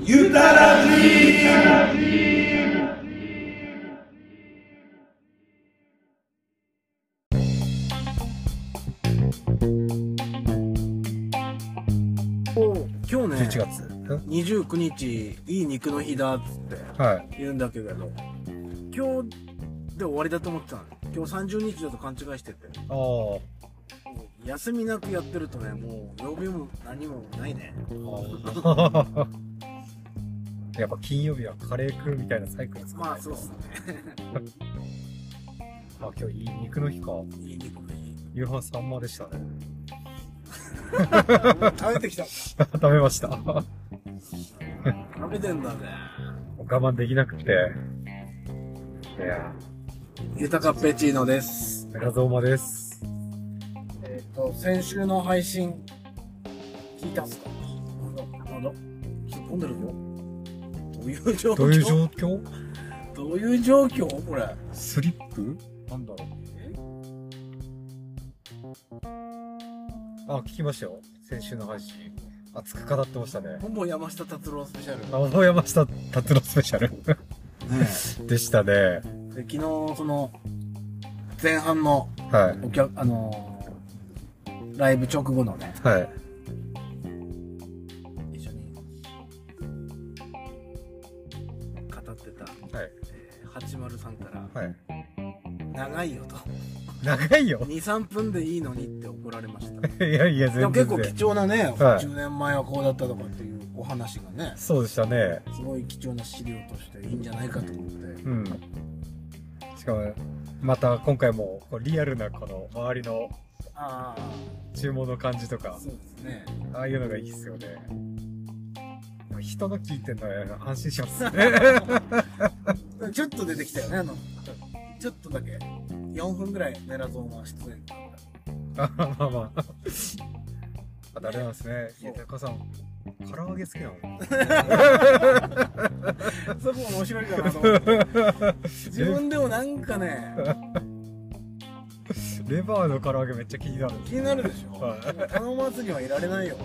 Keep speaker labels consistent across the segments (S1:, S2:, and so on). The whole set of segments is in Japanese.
S1: ゆたらじー
S2: 今日ね
S3: 11月。ん
S2: 29日いい肉の日だっつって
S3: はい。
S2: 言うんだけれど今日で終わりだと思ってたの今日30日だと勘違いしてて
S3: ああ。
S2: 休みなくやってるとねもう曜日も何もないね
S3: やっぱ金曜日はカレー食うみたいなサイクルですか、
S2: まあそうっすね
S3: あ今日いい肉の日か
S2: いい肉の日
S3: 夕飯サンマでしたね
S1: 食べてきた
S3: 食べました我
S2: 食べてんだね
S3: 慢できなくていや
S2: 豊かペチーノです
S3: メラゾーマです
S2: えっ、と先週の配信聞いたんすかなんだ突っ込んでるよどういう状況
S3: どういう状況
S2: どういう状況これ
S3: スリップなんだろ
S2: え
S3: うあ聞きましたよ先週の配信熱く語ってましたね
S2: ほぼ山下達郎スペシャル、ね
S3: 青山下達郎スペシャル でしたね
S2: で昨日その前半の
S3: はい
S2: お客あのーライブ直後のね
S3: はい
S2: 一緒に語ってた、
S3: はい
S2: えー803から
S3: はい
S2: 「長いよ」と
S3: 長い
S2: 「
S3: よ
S2: 23分でいいのに」って怒られました
S3: いやいや
S2: でも
S3: 全
S2: 結
S3: 然
S2: 構貴重なね、
S3: はい
S2: 10年前はこうだったとかっていうお話がね
S3: そうでしたね
S2: すごい貴重な資料としていいんじゃないかと思って
S3: うんしかもまた今回もこうリアルなこの周りの
S2: あ
S3: 注文の感じと
S2: あ
S3: か
S2: そうですね
S3: ああいうのがいいっすよね人の聞いてんのは安心し ます ね
S2: ちょっと出てきたよね、あの、ちょっとだけ。4分ぐらい、ネラゾーマ出演。
S3: あまあまああ誰なんですねいや高さん唐揚げ好きなの
S2: そこ面白いかなと思って。 自分でもなんかね、
S3: レバーの唐揚げめっちゃ気になる
S2: 気になるでしょ。
S3: は
S2: 頼まずにはいられないよ。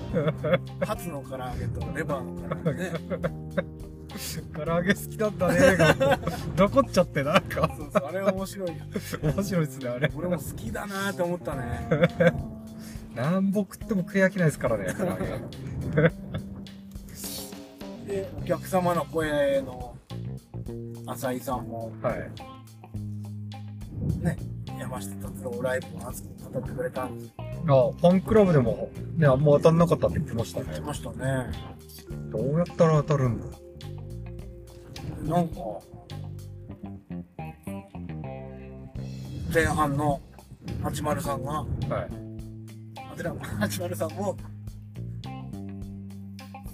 S2: ハツの唐揚げとレバーの唐揚げね。
S3: 唐揚げ好きなんだねが残っちゃってなんか
S2: そうそう、あれは面白いよ。
S3: 面白いっすねあれ
S2: 俺も好きだなって思ったね。
S3: 何ぼ食っても食い飽きないですからね唐揚げ
S2: で、お客様の声の浅井さんも
S3: はい
S2: ね、山下達郎ライブを熱く語ってくれたんで
S3: あ、ファンクラブでも、ね、あんま当たんなかったって言ってました
S2: 言って
S3: ね。
S2: ましたね。
S3: どうやったら当たるんだ
S2: なんか、前半の80さんが、
S3: はい。
S2: あてな80さんも、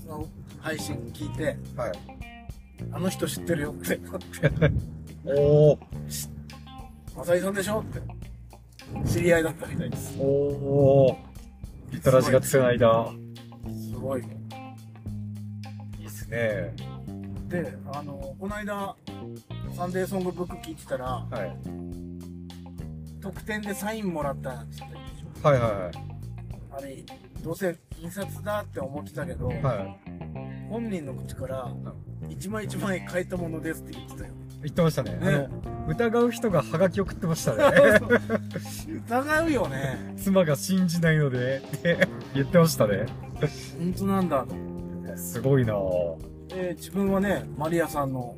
S2: その配信聞いて、
S3: はい。
S2: あの人知ってるよって、
S3: お
S2: 浅井さんでしょって、知り合いだったみたいです。
S3: おおーリトラジが繋いだ。
S2: すごい。
S3: いいっすね。
S2: で、あの、この間、サンデーソングブック聞いてたら、
S3: はい。
S2: 特典でサインもらったんですよ。
S3: はいは
S2: あれ、どうせ印刷だって思ってたけど、
S3: いはい。は
S2: 本人の口から一枚一枚書いたものですって言ってたよ
S3: い。言ってましたね。
S2: ね
S3: あの、疑う人がハガキ送ってました ね。
S2: 疑うよね
S3: 妻が信じないので、って言ってましたね。
S2: 本当なんだと
S3: すごいなぁ。
S2: で自分はねマリアさんの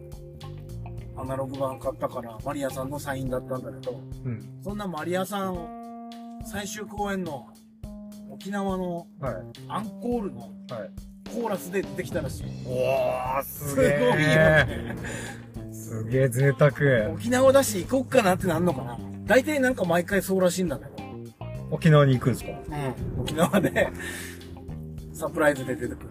S2: アナログ版買ったからマリアさんのサインだったんだけど
S3: うん。
S2: そんなマリアさんを最終公演の沖縄の
S3: はい。
S2: アンコールの
S3: はい。
S2: コーラスで出てきたらしい
S3: おー、す
S2: す
S3: げ
S2: ごいよ
S3: え。
S2: ね
S3: すげえ贅沢。
S2: 沖縄だし行こっかなってなんのかな大体なんか毎回そうらしいんだけど
S3: 沖縄に行くんですか
S2: うん沖縄でサプライズで出てくる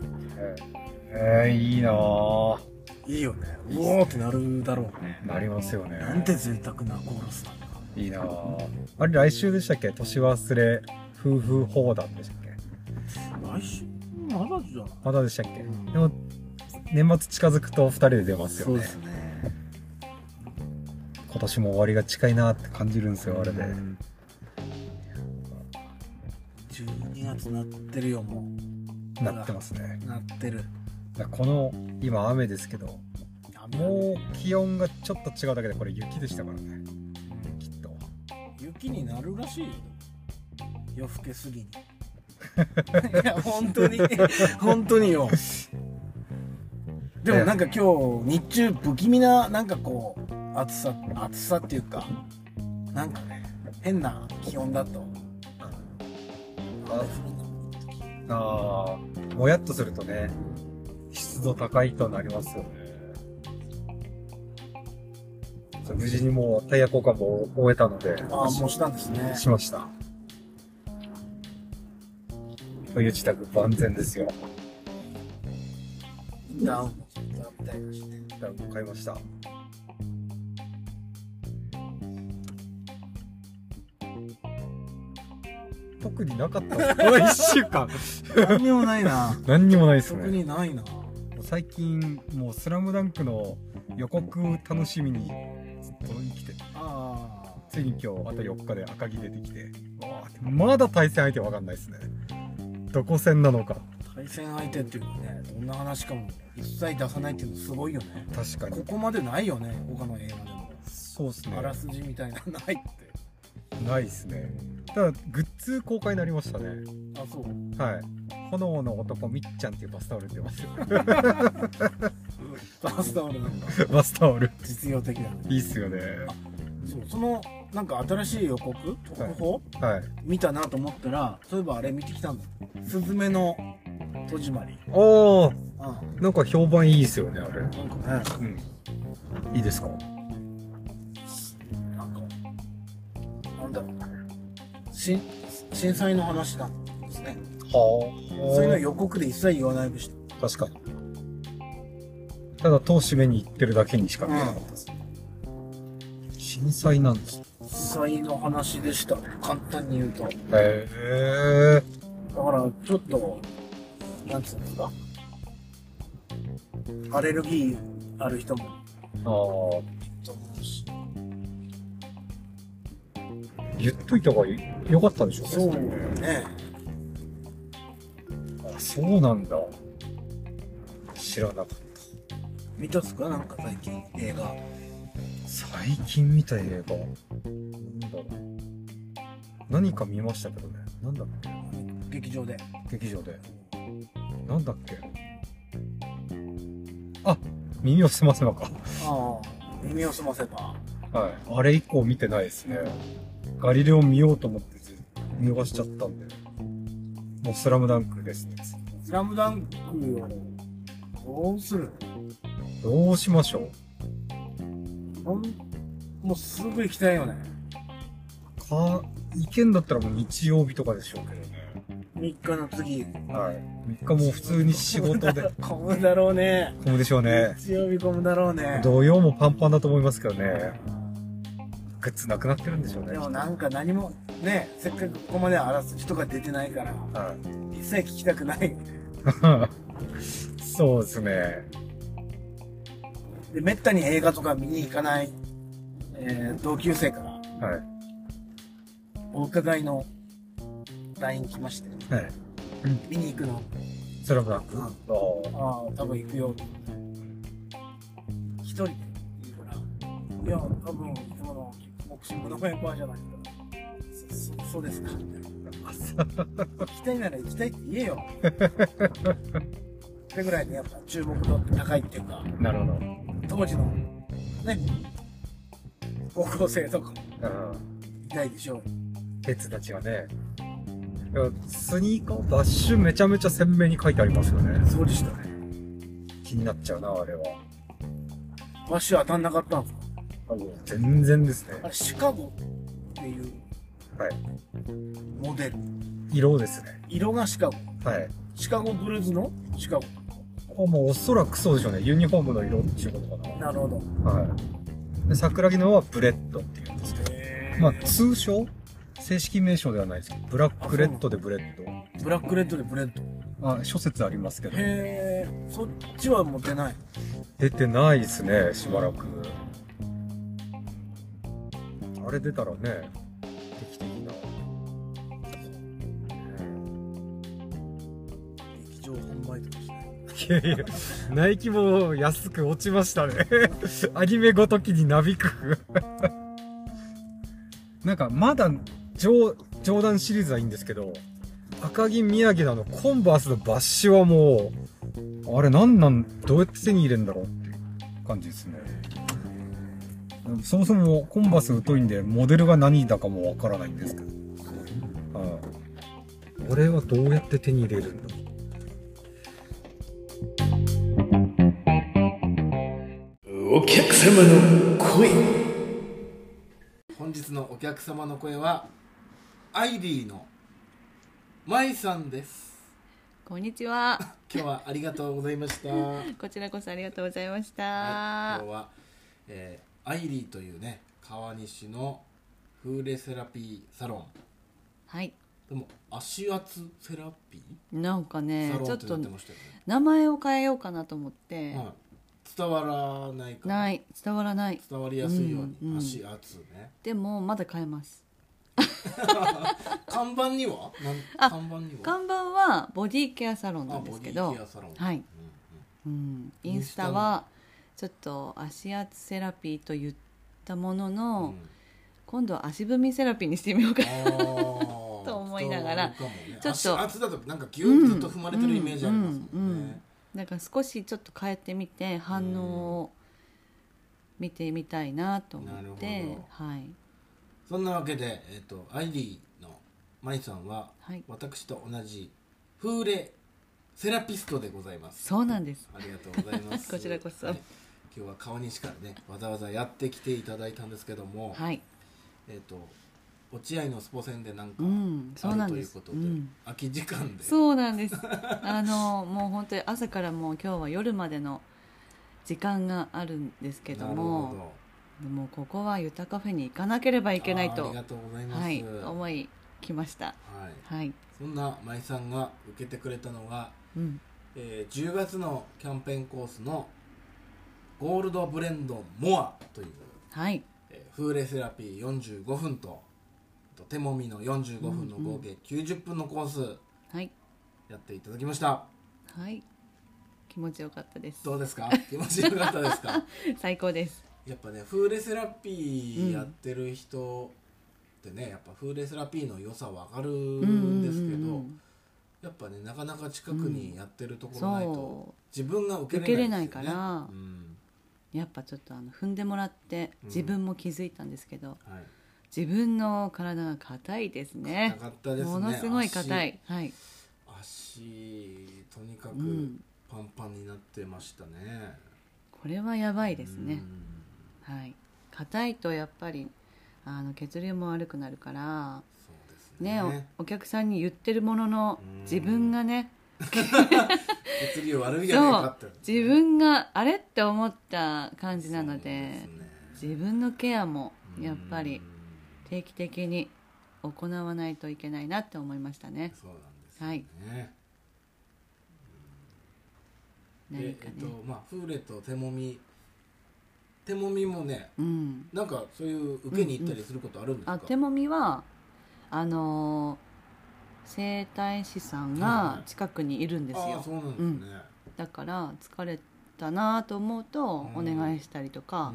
S3: えー、いいなぁ。
S2: いいよね。うおーってなるだろうね。
S3: なりますよね。
S2: なんて贅沢なコーラスなんだ。
S3: いいなぁ。あれ、来週でしたっけ年忘れ夫婦砲弾でしたっけ
S2: 来週まだじゃない
S3: まだでしたっけ、
S2: うん
S3: でも、年末近づくと2人で出ますよね。
S2: ね。
S3: 今年も終わりが近いなって感じるんですよ、あれで。
S2: 12月なってるよ、も
S3: なってますね。
S2: う。なってる。
S3: うやこの今雨ですけど
S2: 雨
S3: もう気温がちょっと違うだけでこれ雪でしたからねきっと
S2: 雪になるらしいよ夜更け すぎにいや本 当に本当によでもなんか今日日中不気味ななんかこう暑さ暑さっていうかなんかね変な気温だと雨降るの
S3: あーもやっとするとね湿度高いとなりますよねそう無事にもうタイヤ交換も終えたので
S2: ああもうしたんですね
S3: しました冬自宅万全ですよ
S2: ダウンもダウンみたいなして
S3: 一旦買いました特になかったですこの1週間
S2: 何にもない な
S3: 何にもないです
S2: 特
S3: ね
S2: にないな
S3: 最近もう「スラムダンクの予告楽しみにずっと生きてて
S2: ああ
S3: ついに今日あと4日で赤城出てきてわーってまだ対戦相手わかんないですねどこ戦なのか
S2: 対戦相手っていうかねどんな話かも一切出さないっていうのすごいよね
S3: 確か
S2: こ
S3: に
S2: こまでないよね他の映画でも、
S3: そうですね
S2: あらすじみたいなのないって
S3: ないですねただグッズ公開になりましたね
S2: あそう
S3: はい炎の男みっちゃんっていうバスタオル売ってますよ
S2: バスタオルなんか
S3: バスタオル
S2: 実用的だね
S3: いいっすよね
S2: そうそのなんか新しい予告特報、
S3: はい
S2: 見たなと思ったらそういえばあれ見てきたんだ「すずめの戸締まり
S3: ああ」
S2: うんなん
S3: なんか評判いいっすよねあれ
S2: かね
S3: うんいいですか
S2: なんかなんだろうなし震災の話なんですねそういうの
S3: は
S2: 予告で一切言わないでした
S3: あ確かにただ通し目に行ってるだけにしか見えなかったです、震災なんです
S2: 実際の話でした簡単に言うとだか
S3: へえ
S2: らちょっとなんつうんですかアレルギーある人も
S3: ああ
S2: いると思うし
S3: 言っといた方が良かったでしょ
S2: そうね
S3: あそうなんだ知らなかった
S2: 見たっすかなんか最近映画
S3: 最近見た映画なんだろう何か見ましたけどねなんだっ
S2: 劇場で
S3: け劇場でなんだっけあ耳を澄ませばか
S2: ああ耳を澄ませば
S3: はいあれ以降見てないですねガリレオ見ようと思って見逃しちゃったんでもうスラムダンクですね
S2: 「スラムダンクをどうする
S3: どうしましょう
S2: ほんもうすぐ行きたいよね
S3: か行けんだったらもう日曜日とかでしょうけどね
S2: 3日の次
S3: はい3日もう普通に仕事で
S2: 混むだろうね
S3: 混むでしょうね
S2: 日曜日混むだろうね
S3: 土曜もパンパンだと思いますけどねグッズなくなってるんでしょうね
S2: でもなんか何もねせっかくここまであらすじとか出てないから
S3: は
S2: 一切聞きたくない
S3: い そうですね
S2: でめったに映画とか見に行かない、えー同級生から
S3: は
S2: お伺いの LINE 来まして
S3: いはい
S2: 見に行くの
S3: スラムダンク
S2: うん
S3: あー
S2: ああ多分行くよ一人でいるからいや多分いつものボクシングのメンバーじゃないからそそそうですかみたいな行きたいなら行きたいって言え よってぐらいでやっぱ注目度って高いっていうか
S3: なるほど
S2: 当時のね高校生とかも
S3: うん
S2: いないでしょう
S3: ケツたちはねいやスニーカーバッシュめちゃめちゃ鮮明に書いてありますよね
S2: そうでしたね
S3: 気になっちゃうなあれは
S2: バッシュ当たんなかったんですか
S3: 全然ですね
S2: あれシカゴっていう
S3: はい
S2: モデル
S3: 色ですね
S2: 色がシカゴ
S3: はい
S2: シカゴブルーズのシカゴ
S3: あもうおそらくそうでしょうねユニフォームの色っていうことか
S2: なるほど
S3: なはいで桜木のはブレッドっていうんですけどまあ通称正式名称ではないですけどブラックレッドでブレッ
S2: ブラックレッドでブレッド
S3: ドあ諸説ありますけど
S2: へえそっちは持てない
S3: 出てないですねしばらくあれ出たらね定期的な
S2: 劇場販売とかしない
S3: 劇いやいやナイキも安く落ちましたね アニメごときになびく なんかまだ冗冗談シリーズはいいんですけど赤城宮城のあのコンバースのバッシュはもうあれなんなんどうやって手に入れんだろうっていう感じですねそもそもコンバース疎いんでモデルが何だかもわからないんですけど、はいあれはどうやって手に入れるんだ
S4: お客様の声
S5: 本日のお客様の声はアイリーの舞さんです
S6: こんにちは。
S5: 今日はありがとうございましたはい
S6: こちらこそありがとうございました。
S5: 今日は、えーアイリーというね川西のフーレセラピーサロン
S6: はい。
S5: でも足圧セラピー
S6: なんかね
S5: サ、ロ
S6: ち
S5: ン
S6: ょ
S5: っ
S6: って
S5: な
S6: と
S5: ってましたよね、
S6: 名前を変えようかなと思って、
S5: はい、伝わらないから
S6: ない伝わらない。
S5: 伝わりやすいように、
S6: うんうん
S5: 足圧ね
S6: でもまだ変えます。
S5: 看板にはな
S6: あ
S5: ん看板には
S6: 看板はボディケアサロン
S5: あ
S6: なんですけ
S5: ボ
S6: ど
S5: ディケア、サロン
S6: はい
S5: うん
S6: うん、イ
S5: イン
S6: ン
S5: ス
S6: ス
S5: タの
S6: タはちょっと足圧セラピーと言ったもの
S5: うん
S6: の、
S5: うん
S6: 今度は足踏みセラピーにしてみようか
S5: あ
S6: な。
S5: ー
S6: と思いながら
S5: 伝わるかもね
S6: ちょっと
S5: 足圧だとなんかギューッとずっと踏まれてるイメージありますも
S6: うんんうんう
S5: ね
S6: んだから少しちょっと変えてみて反応を見てみたいなと思っ
S5: なる
S6: て
S5: ほど
S6: はい
S5: そんなわけで、えっとアイリーのマイさんは、
S6: はい
S5: 私と同じ風鈴セラピストでございます
S6: そうなんです
S5: ありがとうございます
S6: こちらこそ
S5: はい今日は川西からねわざわざやってきていただいたんですけども、
S6: はい
S5: えっ、と落合のスポ戦でなんか
S6: うんそう
S5: あ
S6: な
S5: る
S6: ん
S5: とい
S6: で
S5: う
S6: す
S5: こと
S6: う
S5: で、
S6: ん
S5: 空き時間で
S6: そうなんですあのもう本当に朝からもう今日は夜までの時間があるんですけど
S5: なるほ
S6: もでもここはゆたカフェに行かなければ
S5: ど
S6: いけない
S5: あーあ
S6: と
S5: りがとうございます、
S6: はい
S5: は
S6: 思いきました
S5: い
S6: はい
S5: そんな舞さんが受けてくれたのが、
S6: うん
S5: えー10月のキャンペーンコースのゴールドブレンドモアという、
S6: はい
S5: えー、風鈴セラピー45分とあと手もみの45分の合計90分のコース
S6: はい
S5: やっていただきました、
S6: はい気持ちよかったです
S5: どうですか 気持ちよかったです か
S6: 最高です
S5: やっぱね風鈴セラピーやってる人ってね、やっぱ風鈴セラピーの良さわかるんですけど、やっぱねなかなか近くにやってるところないと、
S6: そ
S5: 自分が受け
S6: 受け
S5: れ
S6: れ
S5: な
S6: ないい
S5: です
S6: か
S5: よね
S6: ら
S5: うん
S6: うやっぱちょっとあの踏んでもらって
S5: うん
S6: 自分も気づいたんですけど、
S5: はい、
S6: 自分の体が硬いですね
S5: なかったですね
S6: ものすごい硬いはい、
S5: 足足とにか
S6: う
S5: く
S6: ん、
S5: パンパンになってましたね、
S6: これはやばいです
S5: う
S6: ね、
S5: ん
S6: はい硬いとやっぱりあの血流も悪くなるから
S5: そうですね
S6: ねおお客さんに言ってるものの
S5: うん
S6: 自分がね
S5: 血流悪いやねえか
S6: そ
S5: って
S6: う自分があれって思った感じなので
S5: そうですね
S6: 自分のケアもやっぱ
S5: う
S6: り
S5: ん
S6: 定期的に行わないといけないなって思いましたね
S5: そうなんです
S6: はい
S5: よね、で
S6: 何かね
S5: えっとまあフーレと手もみ手もみもね
S6: うん
S5: なんかそういう受けに行ったりすることあるんですか、
S6: あ手もみはあのー整体師さんが近くにいるんです
S5: ああ
S6: よ
S5: そうなんですね、
S6: だから疲れたなと思うと
S5: う
S6: お
S5: ん
S6: 願いしたりと
S5: う
S6: か
S5: ん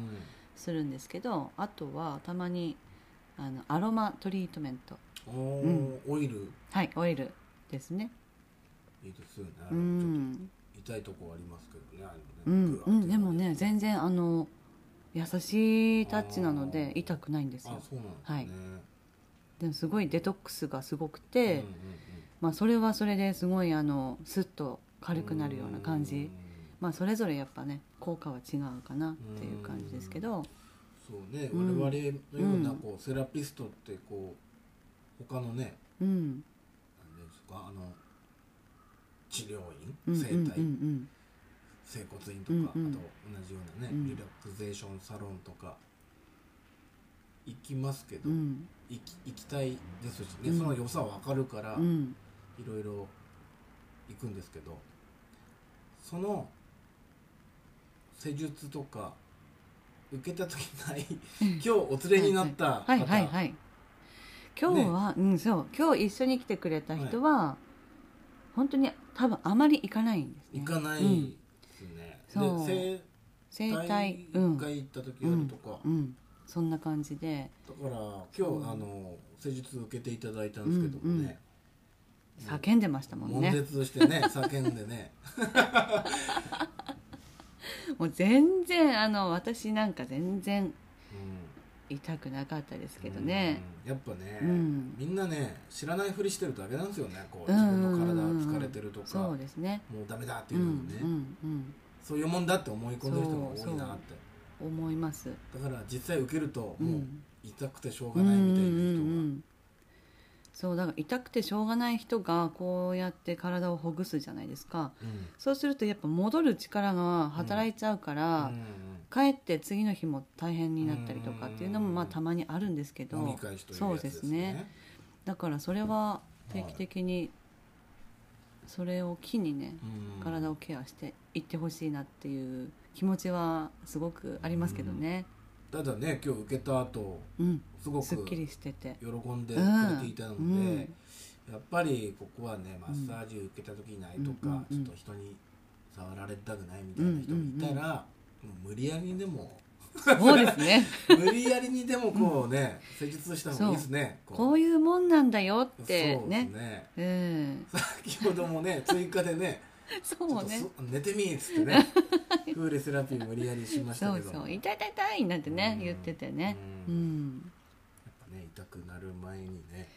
S6: するんですけどあとはたまにあのアロマトリートメント
S5: おーオイル
S6: はいオイルですね
S5: いいですよね、ちょっ
S6: う
S5: と
S6: ん
S5: 痛いとこありますけどねあれ
S6: う
S5: もね
S6: ん、うん、でも
S5: グワ
S6: ね
S5: ッてなる
S6: 全然あの優しいタッチなので
S5: あー
S6: 痛くないんです
S5: あ
S6: よ
S5: そうなんですね、
S6: でもすごいデトックスがすごく
S5: うん
S6: て、
S5: うんうん
S6: まあ、それはそれですごいあのスッと軽くなるような感
S5: う
S6: じ
S5: ん
S6: まあそれぞれやっぱね効果は違うかなっていう感じですけど
S5: そうね、
S6: うん
S5: 我々のような
S6: うん
S5: こうセラピストってこう他のね
S6: うん
S5: 何ですかあの治療
S6: うんうん
S5: 院整体、
S6: うん
S5: 整骨院とか、
S6: うんうん
S5: あと同じようなね、
S6: うん
S5: リラクゼーションサロンとか行きますけど、
S6: うんうん
S5: 行き行きたいですしね、
S6: うん
S5: その良さは分かるから、
S6: うん
S5: いろいろ行くんですけどその施術とか受けた時ない今日お連れになった方、
S6: はいはいはい今日は、うんそう今日一緒に来てくれた人は、本当に多分あまり行かないんです、ね、
S5: 行かない
S6: うん
S5: ですね、
S6: そう
S5: で
S6: 整
S5: 整
S6: 体
S5: 体
S6: うん
S5: が行った時あるとか、
S6: うんそんな感じで
S5: だから今日、あの施術受けていただいたんですけどもね、
S6: 叫んでましたもん
S5: 悶
S6: ね
S5: 絶して ね叫んでね
S6: もう全然あの私なんか全然
S5: うん
S6: 痛くなかったですけどね、
S5: うん、やっぱね、
S6: うん
S5: みんなね知らないふりしてるだけなんですよねこう
S6: うん
S5: 自分の体疲れてるとか、
S6: そうですね
S5: もうダメだって
S6: う
S5: い
S6: ん
S5: う
S6: う
S5: のにね、
S6: んうん
S5: そういうもんだって思い込んでる人が多いなって
S6: 思います
S5: だから実際受けるとも
S6: う
S5: うん痛くてしょう
S6: う
S5: が
S6: んう
S5: なんいうみたい
S6: んう
S5: なん
S6: そうだから痛くてしょうがない人がこうやって体をほぐすじゃないですか
S5: 人が、うん
S6: そうするとやっぱ戻る力が働いちゃうから、帰って次の日も大変になったりとかっていうのもまあたまにあるんですけ
S5: うんうん、飲み
S6: ど
S5: 会しという
S6: そ
S5: や
S6: う
S5: つ
S6: で
S5: ですす
S6: ね
S5: ね
S6: だからそれは定期的にそれを機にね
S5: うん
S6: 体をケアしていってほしいなっていう気持ちはすごくありますけどね
S5: ただね今日受けた後
S6: うん
S5: すごく
S6: すっき
S5: 喜
S6: りしてて
S5: んでく
S6: うん
S5: れていたので、
S6: うん
S5: やっぱりここはねマッサージ受けた時にないとか、
S6: うんうんう
S5: ちょ
S6: ん
S5: っと人に触られたくないみたいな人がいたら、もう無理やりにでも
S6: そうですね
S5: 無理やりにでもこうね、施術した方がいいですね
S6: こういうもんなんだよって
S5: そうです
S6: ね
S5: ね
S6: うん
S5: 先ほども ね追加でねちょ
S6: そ
S5: っ
S6: う
S5: と
S6: ね
S5: す寝てみーっつって ねクールセラピー無理やりしました
S6: そ
S5: け
S6: う
S5: ど
S6: そう
S5: やっ
S6: 痛い痛い痛いなんてね
S5: うん
S6: 言っててねう
S5: うん
S6: ん
S5: ぱね痛くなる前にね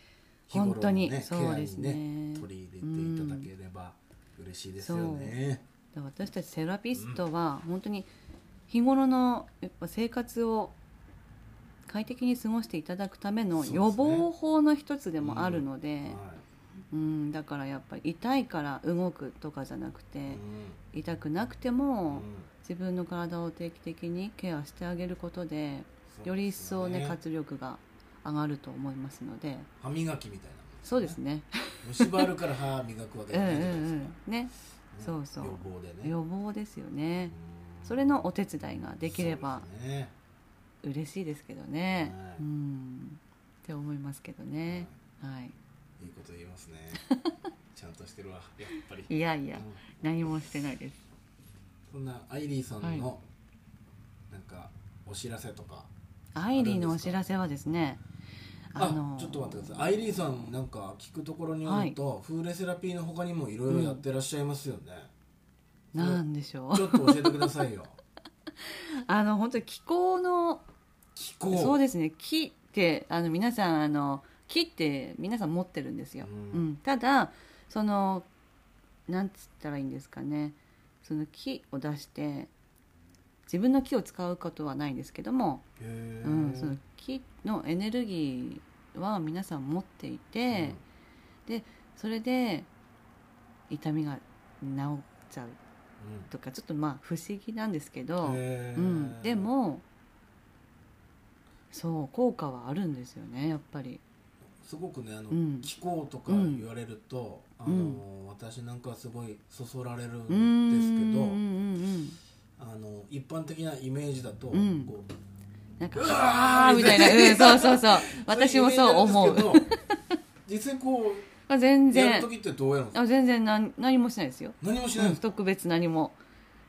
S5: 日頃
S6: 本当
S5: の
S6: に
S5: ねケ
S6: そう
S5: ア
S6: です
S5: にね
S6: ね
S5: 取り入れていただければ嬉しいですよね
S6: だから私たちセラピストは本当に日頃のやっぱ生活を快適に過ごしていただくための予防法の一つでもあるので
S5: は
S6: うん、だからやっぱり痛いから動くとかじゃなくて
S5: い
S6: 痛くなくて
S5: うん
S6: も
S5: うん
S6: 自分の体を定期的にケアしてあげること
S5: そ
S6: で
S5: うです
S6: より一層ね
S5: ね
S6: 活力が上がると思いますので
S5: 歯磨きみたいなもんね
S6: そうですね
S5: 虫歯あるから歯磨くわけ
S6: う
S5: じ
S6: ん
S5: ゃな
S6: うんう
S5: いじゃないですか
S6: んね
S5: ね
S6: そうそう
S5: 予防でね
S6: 予防ですよね
S5: うん
S6: それのお手伝いができれば
S5: そうですね
S6: 嬉しいですけどね、
S5: はい
S6: うんって思いますけどね、はい
S5: いいこと言いますね ちゃんとしてるわやっぱり
S6: いやいや
S5: うん
S6: 何もしてないです
S5: そんなアイリーさんの、
S6: は
S5: なんかお知らせとか
S6: アイリーのお知らせはですね
S5: あ
S6: の
S5: ちょっと待ってくださいアイリーさんなんか聞くところによると、フーレセラピーの他にもいろいろやってらっしゃいますよね、
S6: なんでしょう
S5: ちょっと教えてください よ
S6: あの本当に気候の
S5: 気候
S6: そう
S5: で
S6: ですね木ってあの皆さんあの木って皆さん持ってるんですよ、う
S5: うん
S6: んただそのなんつったらいいんですかねその木を出して自分の木を使うことはないんですけども、
S5: へえ
S6: うん、その木のエネルギーは皆さん持っていて、でそれで痛みが治っちゃうとかちょっとまあ不思議なんですけど、
S5: へえ
S6: うん、でもそう効果はあるんですよねやっぱり
S5: すごくねあの、
S6: うん
S5: 気候とか
S6: うん
S5: 言われると、
S6: う
S5: あの私なんかはすごいそそられる
S6: うーん
S5: んですけど、
S6: うんうんうん
S5: あの一般的なイメージだと、
S6: うん
S5: こう
S6: なんか
S5: うわー
S6: あーみたいな、うん、そうそう そう私もそう思
S5: そいイメー
S6: う
S5: ジなんですけど実際こ
S6: あ全
S5: うやる
S6: 然
S5: 時ってどうやるんですか
S6: あ全然何何もしないですよ、
S5: 何もしな
S6: う
S5: いん
S6: ん、
S5: ですか、
S6: 特別何も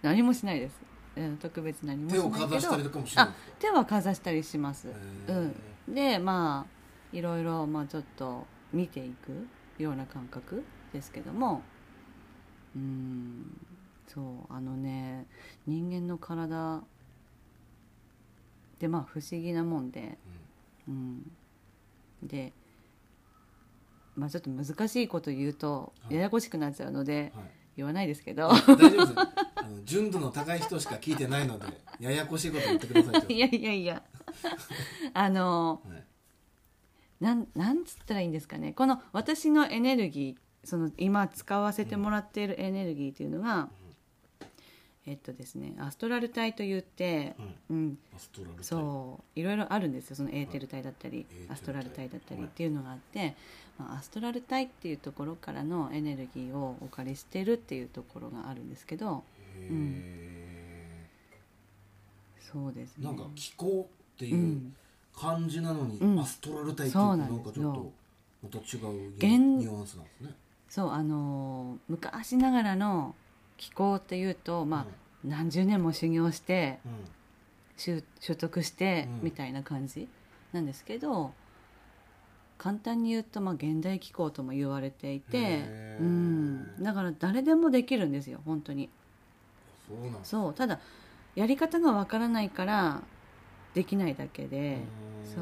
S6: 何もしないです、うん、特別何もし
S5: 手
S6: ない
S5: を
S6: けど
S5: かざしたりとかもしないんですか
S6: 手はかざしたりします、
S5: へー
S6: うん、でまあいろいろ、まあ、ちょっと見ていくような感覚ですけどもうーんそうあのね人間の体でまあ不思議なもんで、うん、で、まあ、ちょっと難しいこと言うと
S5: はい
S6: ややこしくなっちゃうので
S5: はい
S6: 言わないですけど
S5: 大丈夫ですあの純度の高い人しか聞いてないので ややこしいこと言ってください
S6: い
S5: ちょ
S6: やいやいやあの
S5: っとはい
S6: なんなんつったらいいんですかねこの私のエネルギーその今使わせてもらっているエネルギーというのが、えっとですねアストラル体といって、うん
S5: アストラルタイ
S6: そういろいろあるんですよそのエーテル体だったり、
S5: はい
S6: アストラル体だったり
S5: は
S6: っ
S5: い
S6: ていうのがあって、まあ、アストラル体っていうところからのエネルギーをお借りしてるっていうところがあるんですけど
S5: へー
S6: そうですね
S5: なんか気候って
S6: う、
S5: いうん感じなのに、
S6: うん
S5: アストラル体っていうと
S6: そう
S5: な
S6: なんです
S5: んかちょっとまた違うニュ
S6: 現
S5: ニュアンスなんですね
S6: そうあのー昔ながらの気候っていうと、まあ、何十年も修行して
S5: うんうん
S6: 習習得して
S5: うん
S6: みたいな感じなんですけど、簡単に言うと、まあ、現代気候とも言われていて
S5: へ、ー
S6: うん、だから誰でもできるんですよ本当に。
S5: そうなんです
S6: そうただやり方がわからないからできないだけで、そ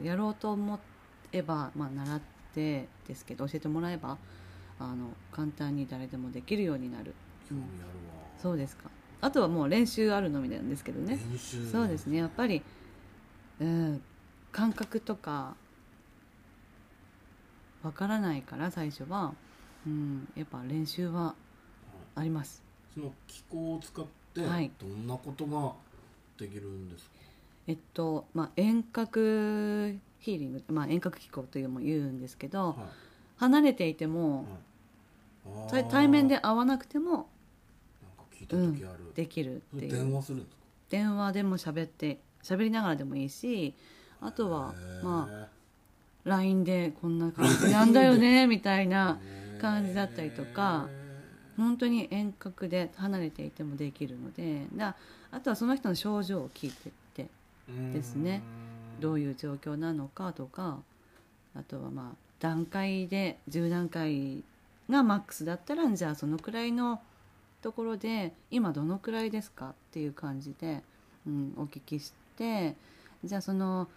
S6: うやろうと思えば、まあ、習ってですけど教えてもらえばあの簡単に誰でもできるようになる
S5: 興味あるわ
S6: そうですかあとはもう練習あるのみなんですけどね
S5: 練習
S6: そうですねやっぱり、うん、感覚とかわからないから最初は、うん、やっぱ練習はあります
S5: その気候を使って
S6: はい
S5: どんなことができるんですか、
S6: えっと、まあ、遠隔ヒーリング、まあ、遠隔気候というのも言うんですけど、
S5: はい
S6: 離れていても、
S5: あー
S6: 対対面で会わなくても
S5: なんか聞いた時ある、
S6: できるっていう
S5: 電話するんですか
S6: 電話でも喋って喋りながらでもいいしあとはまあ
S5: あ
S6: LINE でこんな感じなんだよねみたいな感じだったりとか本当に遠隔で離れていてもできるのでだあとはその人の症状を聞いてってですねどういう状況なのかとかあとはまあ段階で10段階がマックスだったらじゃあそのくらいのところで今どのくらいですかっていう感じで、うん、お聞きしてじゃあその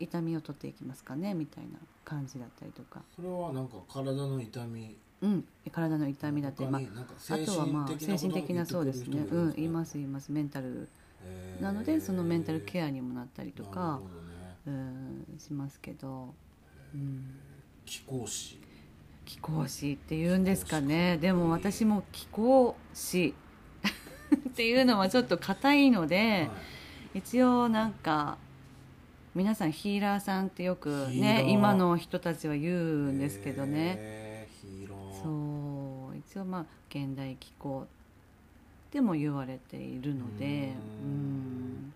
S6: 痛みを取っていきますかねみたいな感じだったりとか、
S5: それはなんか体の痛み
S6: うん、体の痛みだって、
S5: 他
S6: まあ
S5: になんか
S6: あ
S5: 精神的なこと
S6: はまあ精神的なそうですねうんいますすいますメンタル
S5: へー
S6: なのでそのメンタルケアにもなったりと
S5: なる
S6: か
S5: ほ、どね
S6: うん、しますけど、うん、
S5: 気候師
S6: 気候師っていうんですかねでも私も気候 師っていうのはちょっと硬いので、一応なんか皆さんヒーラーさんってよく
S5: ヒーラ
S6: ね
S5: ー
S6: 今の人たちは言うんですけどね
S5: ねヒーロー
S6: そう一応まあ現代気候でも言われているので
S5: う
S6: うんん、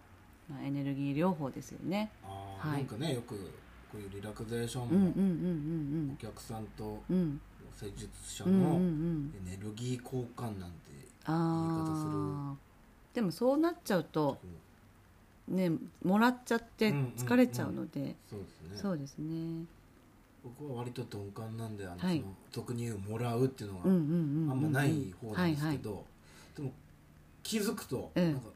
S6: まあ、エネルギー療法ですよね
S5: あー
S6: はい
S5: なんかねよくこういうリラクゼーショ
S6: うんうん
S5: ンもお
S6: うん
S5: 客さんと
S6: うんうんうん
S5: 施術者
S6: うんうんう
S5: の
S6: ん
S5: エネルギー交換なんて言い方する
S6: あーでもそうなっちゃうとねもらっちゃって
S5: うんうんうん
S6: 疲れちゃうので、
S5: そうですね
S6: そうですね
S5: 僕は割と鈍感なんであの、
S6: はい
S5: その俗に言う「もらう」っていうのが
S6: うんうんうんうんうん
S5: あんまない方なんですけど、でも気づくと
S6: うん
S5: なんか、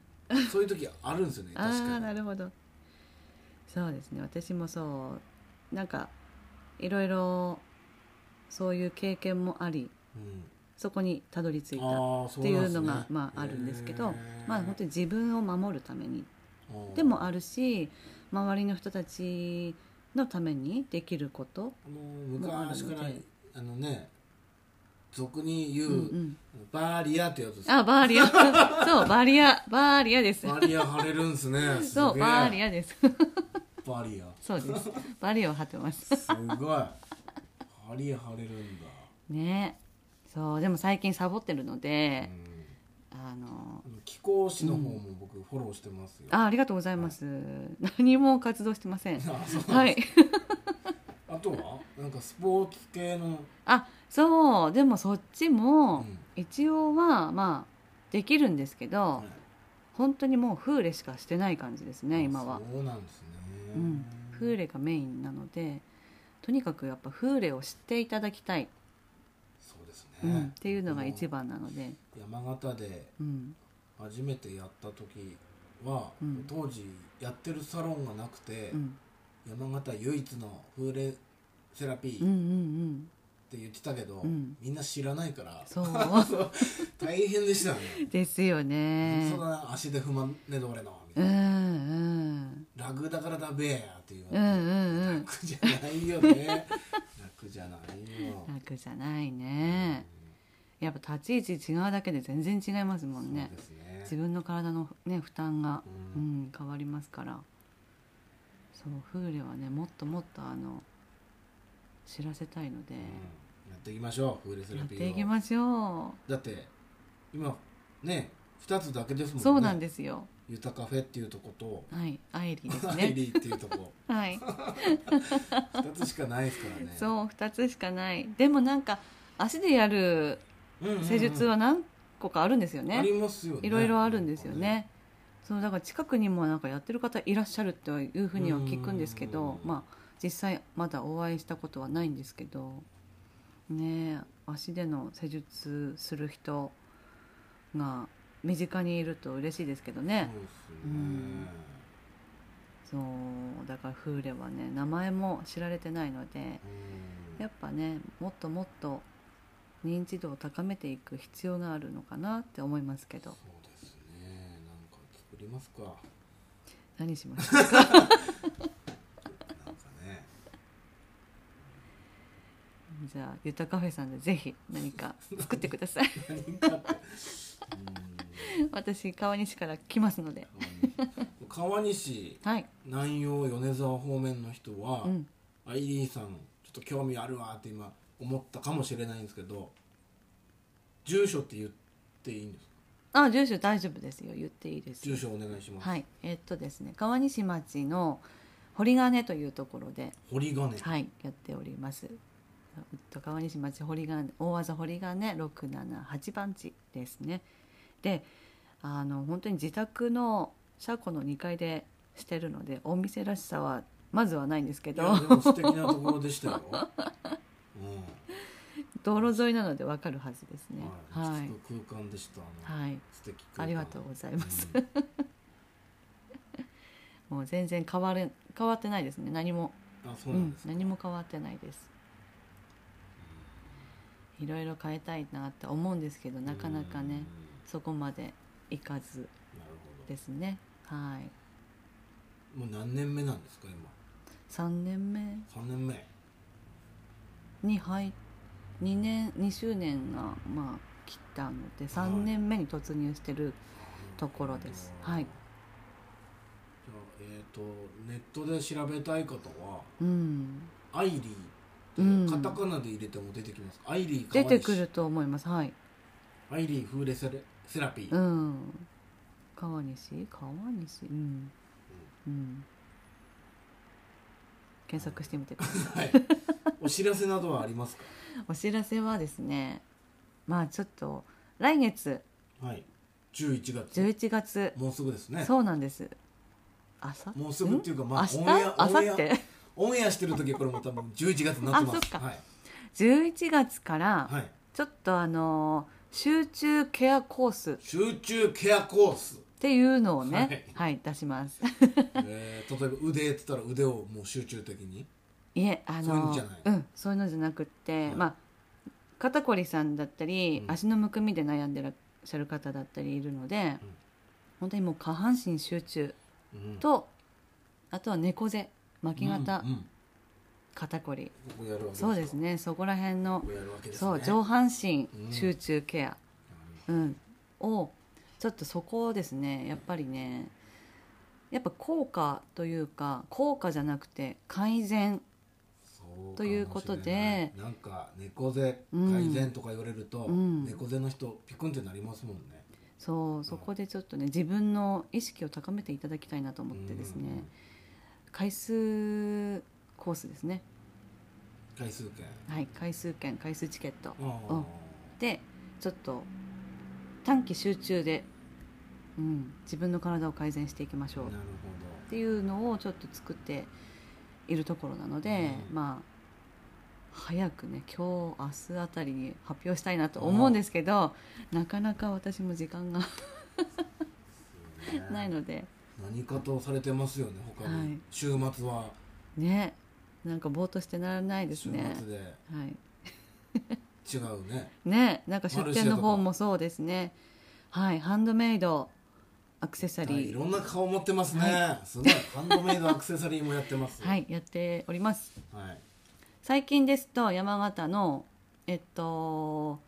S5: そういう時あるんですよね確
S6: ああ
S5: か
S6: な
S5: に
S6: るほどそうですね私もそうなんかいろいろそういう経験もあり
S5: うん
S6: そこにたどり着いた
S5: あーそ
S6: っ
S5: な
S6: て
S5: ん
S6: い
S5: ですね
S6: うのがまああるんですけど
S5: へー
S6: まあ本当に自分を守るために
S5: うん
S6: でもあるし周りの人たちのためにできること、
S5: あの昔か
S6: もあ
S5: ら
S6: るので
S5: あのね俗に言う、
S6: うんうん、
S5: バーリアってやつです
S6: あバーリアそうバーリアバーリアです
S5: バーリア貼れるんですね
S6: そうバーリ
S5: ア
S6: アです
S5: バリア
S6: そうですバリアを張ってます
S5: すごいバリア貼れるんだ
S6: ねそうでも最近サボってるので
S5: う、んあ
S6: あの
S5: の気候師の方も僕フォローしてますよ、
S6: あありがとうございます、何も活動してません
S5: あそう
S6: はい
S5: あとはなんかスポーツ系の
S6: あそうでもそっち
S5: う
S6: も
S5: ん
S6: 一応はまあできるんですけど、
S5: はい
S6: 本当にもうフーレしかしてない感じですね今は
S5: そうなんですね、
S6: うん、フーレがメインなのでとにかくやっぱフーレを知っていただきたい、
S5: そうですね、
S6: うん、っていうのが一番なので、
S5: 山形で
S6: うん、
S5: 初めてやった時は、
S6: うん
S5: 当時やってるサロンがなくて、
S6: うん
S5: 山形唯一の風鈴セラピ
S6: うんうんう
S5: ーっ
S6: ん
S5: て言ってたけど、
S6: うん
S5: みんな知らないから
S6: そう
S5: 大変でしたよね
S6: ですよね
S5: そんな足で踏まんねど俺のみた
S6: う
S5: い
S6: んう
S5: な、
S6: ん
S5: ラグだからだべえやっていう、
S6: うんうんうん
S5: 楽じゃないよ ね楽じゃないよ、
S6: 楽じゃないねやっぱ立ち位置違うだけで全然違いますもんね
S5: そうですね
S6: 自分の体のね負担が、
S5: う
S6: うんん、変わりますからそうフーレはねもっともっとあの知らせたいので、
S5: うんやっていきましょうフーレセラ
S6: やっ
S5: ピーを
S6: ていきましょ
S5: だって今ね2つだけですもん
S6: う
S5: ね
S6: そうなんですよ
S5: ゆたカフェっていうとこと
S6: はいアイリーです
S5: アイ
S6: ね
S5: リーっていうと こ
S6: はい
S5: 2つしかないですからね
S6: そう2つしかないでもなんか足でやる
S5: うんうんうん
S6: 施術は何個かあるんですよね、
S5: ありますよね
S6: いろいろあるんですよね。そうだから近くにもなんかやってる方いらっしゃるっていうふうには聞くんですけど、
S5: うん
S6: まあ実際まだお会いしたことはないんですけど、ねえ足での施術する人が身近にいると嬉しいですけど
S5: そう
S6: ね
S5: で。すね
S6: うんそうだからフーレはね名前も知られてないので、
S5: うん
S6: やっぱねもっともっと認知度を高めていく必要があるのかなって思いますけ
S5: そう
S6: ど、
S5: ですねなんか作りますか
S6: 何しましょう
S5: なんかね
S6: じゃあゆたカフェさんでぜひ何か作ってください
S5: 何かって
S6: 私川西から来ますので
S5: うん川西
S6: はい、
S5: 南陽米沢方面の人は、
S6: うん、
S5: アイリーさんちょっと興味あるわって今思ったかもしれないんですけど住所って言っていいんですか
S6: あ住所大丈夫ですよ言っていいです
S5: 住所お願いします、
S6: はいえっとですね川西町の堀金というところで
S5: 堀金、
S6: はいやっておりますえっと川西町堀金大技堀金678番地ですねであの本当に自宅の車庫の2階でしてるのでお店らしさはまずはないんですけ
S5: い
S6: ど
S5: やでも素敵なところでした よ、うん
S6: 道路沿いなのでわかるはずですね。
S5: は、
S6: はいい
S5: 落。ち着く空間でしたね、
S6: はい。
S5: 素敵空間
S6: ありがとうございます。
S5: うん
S6: もう全然変わる変わってないですね。何も、
S5: あそううなん
S6: ん
S5: で、す、
S6: 何も変わってないです。いろいろ変えたいなって思うんですけど、なかなか
S5: うん
S6: ね、そこまでいかず
S5: なるほ
S6: ですね。はい。
S5: どもう何年目なんですか今
S6: 三年目
S5: 三年目
S6: に入二年二周年がまあ来たので、三年目に突入してるところです。はい。
S5: じゃあえっ、とネットで調べたい方は
S6: うん。
S5: アイリーって
S6: うん
S5: カタカナで入れても出てきますか、アイリー川
S6: 出
S5: 西
S6: てくると思います。はい。
S5: アイリー風レセレセラピー、
S6: うん川西川西うんうん検索してみてください
S5: はい お知らせなどはありますか
S6: お知らせはですねまあちょっと来月
S5: はい11月
S6: 11月
S5: もうすぐですね
S6: そうなんです朝
S5: もうすぐっていうか
S6: ん
S5: まあオ
S6: 明日
S5: ンエアオ
S6: 明
S5: ンエ
S6: 後
S5: ア
S6: 日
S5: オンエアしてる時はこれも多分11月になってます
S6: あそっか
S5: はい、
S6: 11月から
S5: はい、
S6: ちょっとあのー集中ケアコースっ
S5: 集中ケアコース、
S6: ていうのをねはい、出します
S5: えー、例えば腕って言ったら腕をもう集中的に
S6: いえあの
S5: そういうんじゃ
S6: ー、
S5: ないう
S6: ん、そういうのじゃなくって、
S5: はい
S6: まあ肩こりさんだったり、
S5: うん
S6: 足のむくみで悩んでらっしゃる方だったりいるので、本当にもう下半身集中
S5: うん、
S6: とあとは猫背巻き肩、
S5: うんうん
S6: 肩こり
S5: ここやるわけ
S6: そうです
S5: ね
S6: ねそこら辺の
S5: こ、こやるわけですね
S6: そう上半身
S5: うん
S6: 集中ケア、うんをちょっとそこをですねやっぱりねやっぱ効果というか効果じゃなくて改善
S5: そうかもしれない
S6: ということで
S5: なんか猫背
S6: うん
S5: 改善とか言われると、
S6: うん
S5: 猫背の人ピクンってなりますもんね
S6: そうそこでちょっとね自分の意識を高めていただきたいなと思ってですね、
S5: うん
S6: 回数コースですね
S5: 回数券
S6: はい回数券回数チケット
S5: ああ
S6: うんでちょっと短期集中で、うん、自分の体を改善していきましょう
S5: な
S6: っ
S5: る
S6: ていうのをちょっと作っているところなので、
S5: うん
S6: まあ早くね今日明日あたりに発表したいなと思うんですけどなかなか私も時間が
S5: ほど
S6: ないので
S5: 何かとされてますよね他に、
S6: はい
S5: 週末は
S6: ねなんかぼーっとしてならないです
S5: 週
S6: ね
S5: 末で
S6: はい
S5: 違うね
S6: ねなんか出
S5: マルシェ
S6: 店
S5: とか
S6: の方もそうですねはいハンドメイドアクセサ
S5: はいい
S6: リー
S5: ろんな顔持ってますね、すごいハンドメイドアクセサリーもやってます
S6: はいやっております
S5: はい
S6: 最近ですと山形のえっと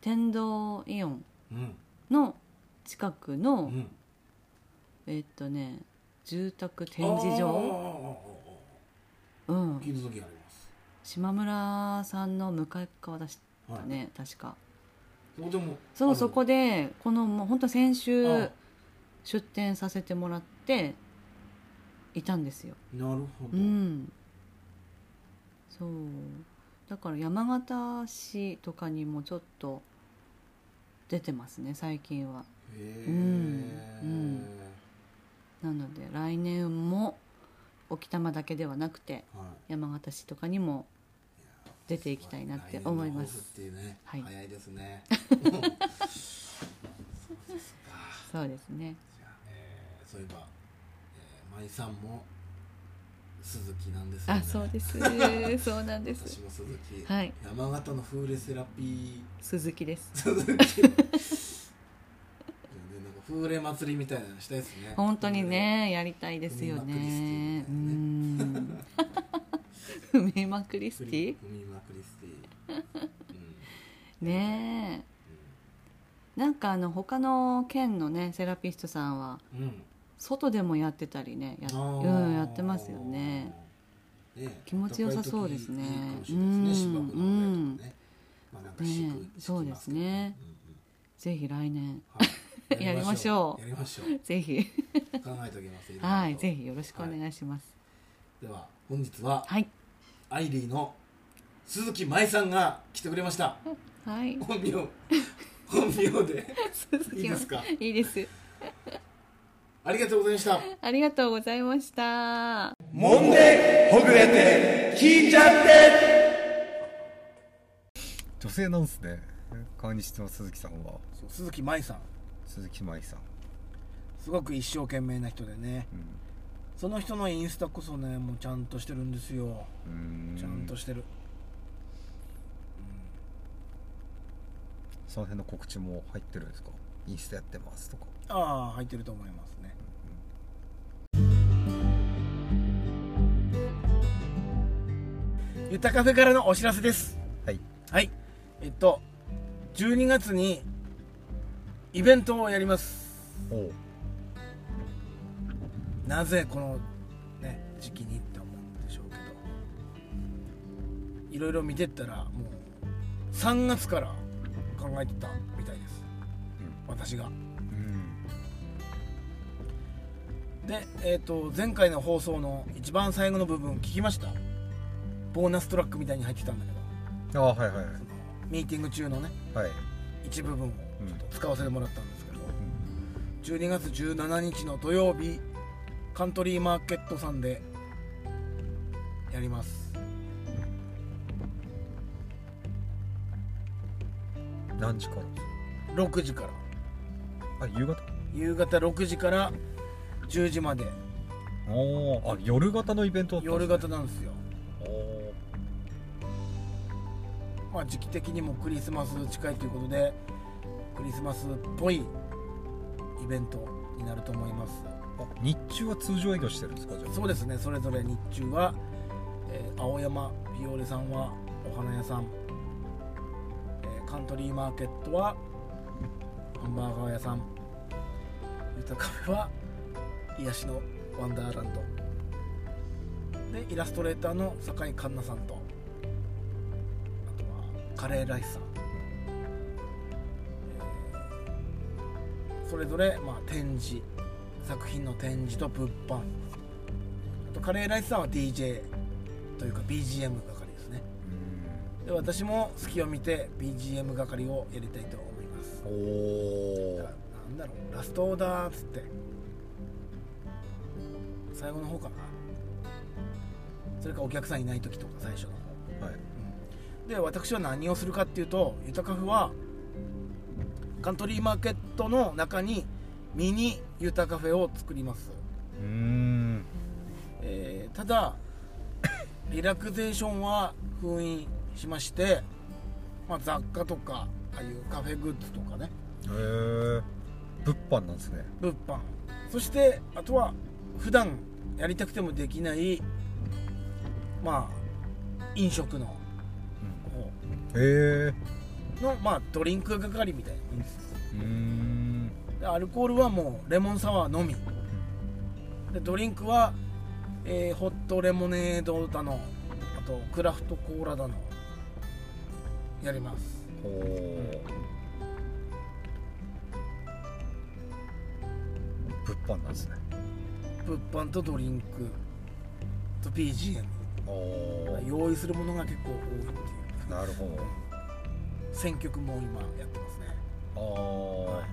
S6: 天童イオン
S5: うん
S6: の近く
S5: う
S6: の、
S5: ん
S6: えっとね住宅展示
S5: あ
S6: 場、う
S5: あ聞
S6: ん、
S5: いた時あります
S6: 島村さんの向かい側だし
S5: は
S6: た
S5: い
S6: ね、確か
S5: そうでも
S6: そ
S5: あ
S6: う
S5: る
S6: そこでこのもう本当先週
S5: あ
S6: 出店させてもらっていたんですよ
S5: なるほど、
S6: うんそうだから山形市とかにもちょっと出てますね最近は
S5: へえ、
S6: うんうんなので来年も沖多摩だけではなくて
S5: はい
S6: 山形市とかにも出ていきたいなって思います
S5: 来年の抱負っていうね、
S6: はい
S5: 早いですね。
S6: そうですね
S5: そういえば、えー、舞さんも鈴木なんですよね。
S6: あそうです そうなんで
S5: 私
S6: す
S5: も鈴木。
S6: はい
S5: 山形のフーレセラピ
S6: 鈴木です
S5: ー鈴木。なんでなんかフーレ祭りみたいなのしたいですね。
S6: 本当に。ねやりたいですよねうんふめまくり
S5: ク
S6: ステ
S5: リ
S6: ィ
S5: フミマクリスティ。うん
S6: ねえなんかあの他の県のねセラピストさんは
S5: うん。うん。
S6: 外でもやってたりねや,、
S5: あー
S6: うん、やってますよね。
S5: ね
S6: 気持ちよさそうですね
S5: 高い時いいかもしれないですね芝生の
S6: う
S5: 上
S6: ん
S5: とかね。まあなんか敷く
S6: ねそうですね。ぜひ来年
S5: 敷きますけどねうんうんはい
S6: やりましょう
S5: やりましょう。
S6: ぜひ
S5: 考えておきます。いろいろと
S6: はいぜひよろしくお願いします
S5: では本日は
S6: はい
S5: アイリーの鈴木舞さんが来てくれました。
S6: はい
S5: 本名本名で
S6: 鈴木
S5: いいですか
S6: いいです
S5: ありがとうございました。
S6: ありがとうございました
S1: もんでほぐれて聞いちゃって
S3: 女性なんですね川西の鈴木さんは
S2: そう鈴木舞さん
S3: 鈴木舞さん、
S2: すごく一生懸命な人でね
S3: う
S2: その人のインスタこそねもうちゃんとしてるんですよ
S3: ん、う
S2: ちゃんとしてる、
S3: その辺の告知も入ってるんですかインスタやってますとか
S2: ああ入ってると思いますねゆたカフェからのお知らせです
S3: はい
S2: はいえっと12月にイベントをやります
S3: おう
S2: なぜこのね時期にって思うんでしょうけどいろいろ見てったらもう3月から考えてたみたいです、私が
S3: うん
S2: で、えー、と前回の放送の一番最後の部分聞きましたボーナストラックみたいに入ってたんだけど
S3: ああはいはい
S2: そのミーティング中のね
S3: はい
S2: 一部分をちょっと使わせてもらったんですけど、12月17日の土曜日カントリーマーケットさんでやります
S3: 何時から
S2: 6時から
S3: あ夕方
S2: 夕方6時から10時まで
S3: おーあ夜型のイベントだったんで
S2: 夜
S3: す
S2: 型なんですよ
S3: おー
S2: まあ時期的にもクリスマス近いということでクリスマスっぽいイベントになると思います
S3: あ日中は通常営業してるんですかじゃ
S2: そうですねそれぞれ日中は、えー青山ビオレさんはお花屋さん、えーカントリーマーケットはハンバーガー屋さんゆたカフェは癒しのワンダーランドでイラストレーターの酒井環奈さんとあとはカレーライスさん、えーそれぞれ、まあ、展示作品の展示と物販あとカレーライスさんは DJ というか BGM 係ですねで私も隙を見て BGM 係をやりたいと思います
S3: あお
S2: だからなんだろうラストオーダーっつって最後の方かなそれかお客さんいない時とか最初の方
S3: はい
S2: で私は何をするかっていうとユタカフはカントリーマーケットの中にミニユタカフェを作ります
S3: うーん
S2: えーただ リラクゼーションは封印しまして、まあ、雑貨とかああいうカフェグッズとかね
S3: へえ物販なんですね
S2: 物販そしてあとは普段やりたくてもできないまあ飲食の方
S3: へえ
S2: の、まあ、ドリンク係みたいなもんです
S3: うーん
S2: でアルコールはもうレモンサワーのみでドリンクは、えーホットレモネードだのあとクラフトコーラだのやります
S3: おー物販なんですね
S2: 物販とドリンクと BGM
S3: うおお
S2: 用意するものが結構多いっていう
S3: なるほ
S2: 選曲も今やってますね
S3: どああ、
S2: はい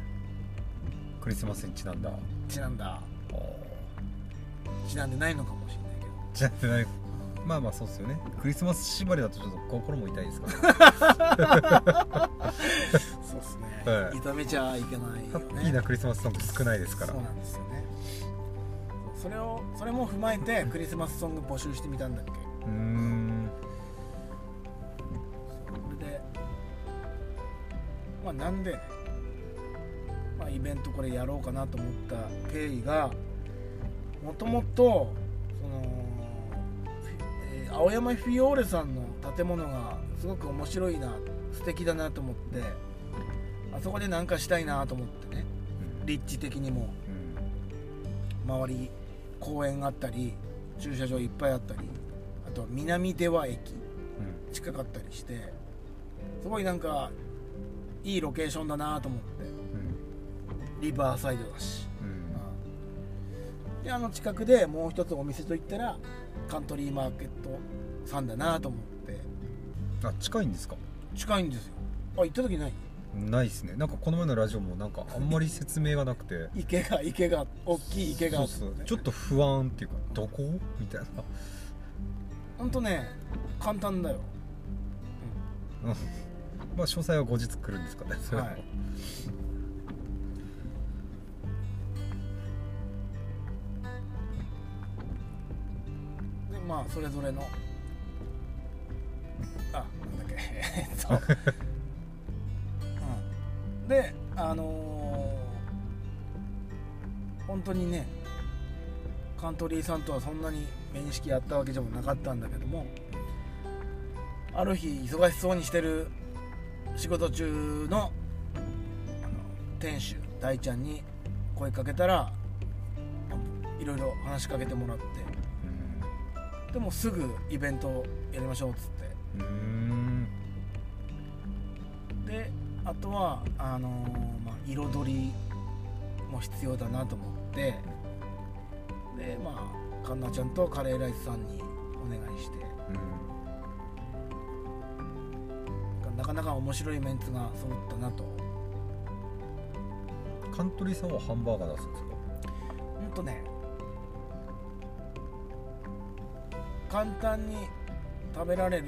S3: クリスマスにちなんだあ
S2: ちなんだ
S3: あ
S2: ちなんでないのかもしれないけど
S3: じゃあないまあまあそうっすよねクリスマス縛りだとちょっと心も痛いですからね
S2: そうですね、
S3: はい
S2: 痛めちゃいけないよ
S3: ハッ
S2: ね
S3: ピーなクリスマスソング少ないですから
S2: そうなんですよねそれをそれも踏まえてクリスマスソング募集してみたんだっけ
S3: うーん
S2: それでまあなんで、まあ、イベントこれやろうかなと思った経緯がもともとその、えー青山フィオーレさんの建物がすごく面白いな素敵だなと思ってあそこで何かしたいなと思ってね立地的にも
S3: うん
S2: 周り公園があったり駐車場いっぱいあったりあとは南出羽駅
S3: うん
S2: 近かったりしてすごいなんかいいロケーションだなと思って
S3: うん
S2: リバーサイドだし、
S3: うん
S2: うんであの近くでもう一つお店といったらカントリーマーケットさんだなと思って
S3: あ近いんですか
S2: 近いんですよあ行った時ない
S3: ないですねなんかこの前のラジオもなんかあんまり説明がなくて
S2: 池が池が大きい池が
S3: そうそうちょっと不安っていうかどこみたいな
S2: ほんとね簡単だよ
S3: まあ詳細は後日来るんですかねそれも
S2: はいでまあそれぞれのあなんだっけ えっと、うん、であのー本当にねカントリーさんとはそんなに面識あったわけでもなかったんだけどもある日忙しそうにしてる仕事中のあの店主大ちゃんに声かけたらいろいろ話しかけてもらってでもすぐイベントやりましょうっつって
S3: うんうーん
S2: であとはあのーまあ、彩りも必要だなと思ってでまあかんなちゃんとカレーライスさんにお願いして
S3: うん
S2: なかなか面白いメンツが揃ったなと
S3: カントリーさんはハンバーガー出すんですか
S2: ほんとね簡単に食べられる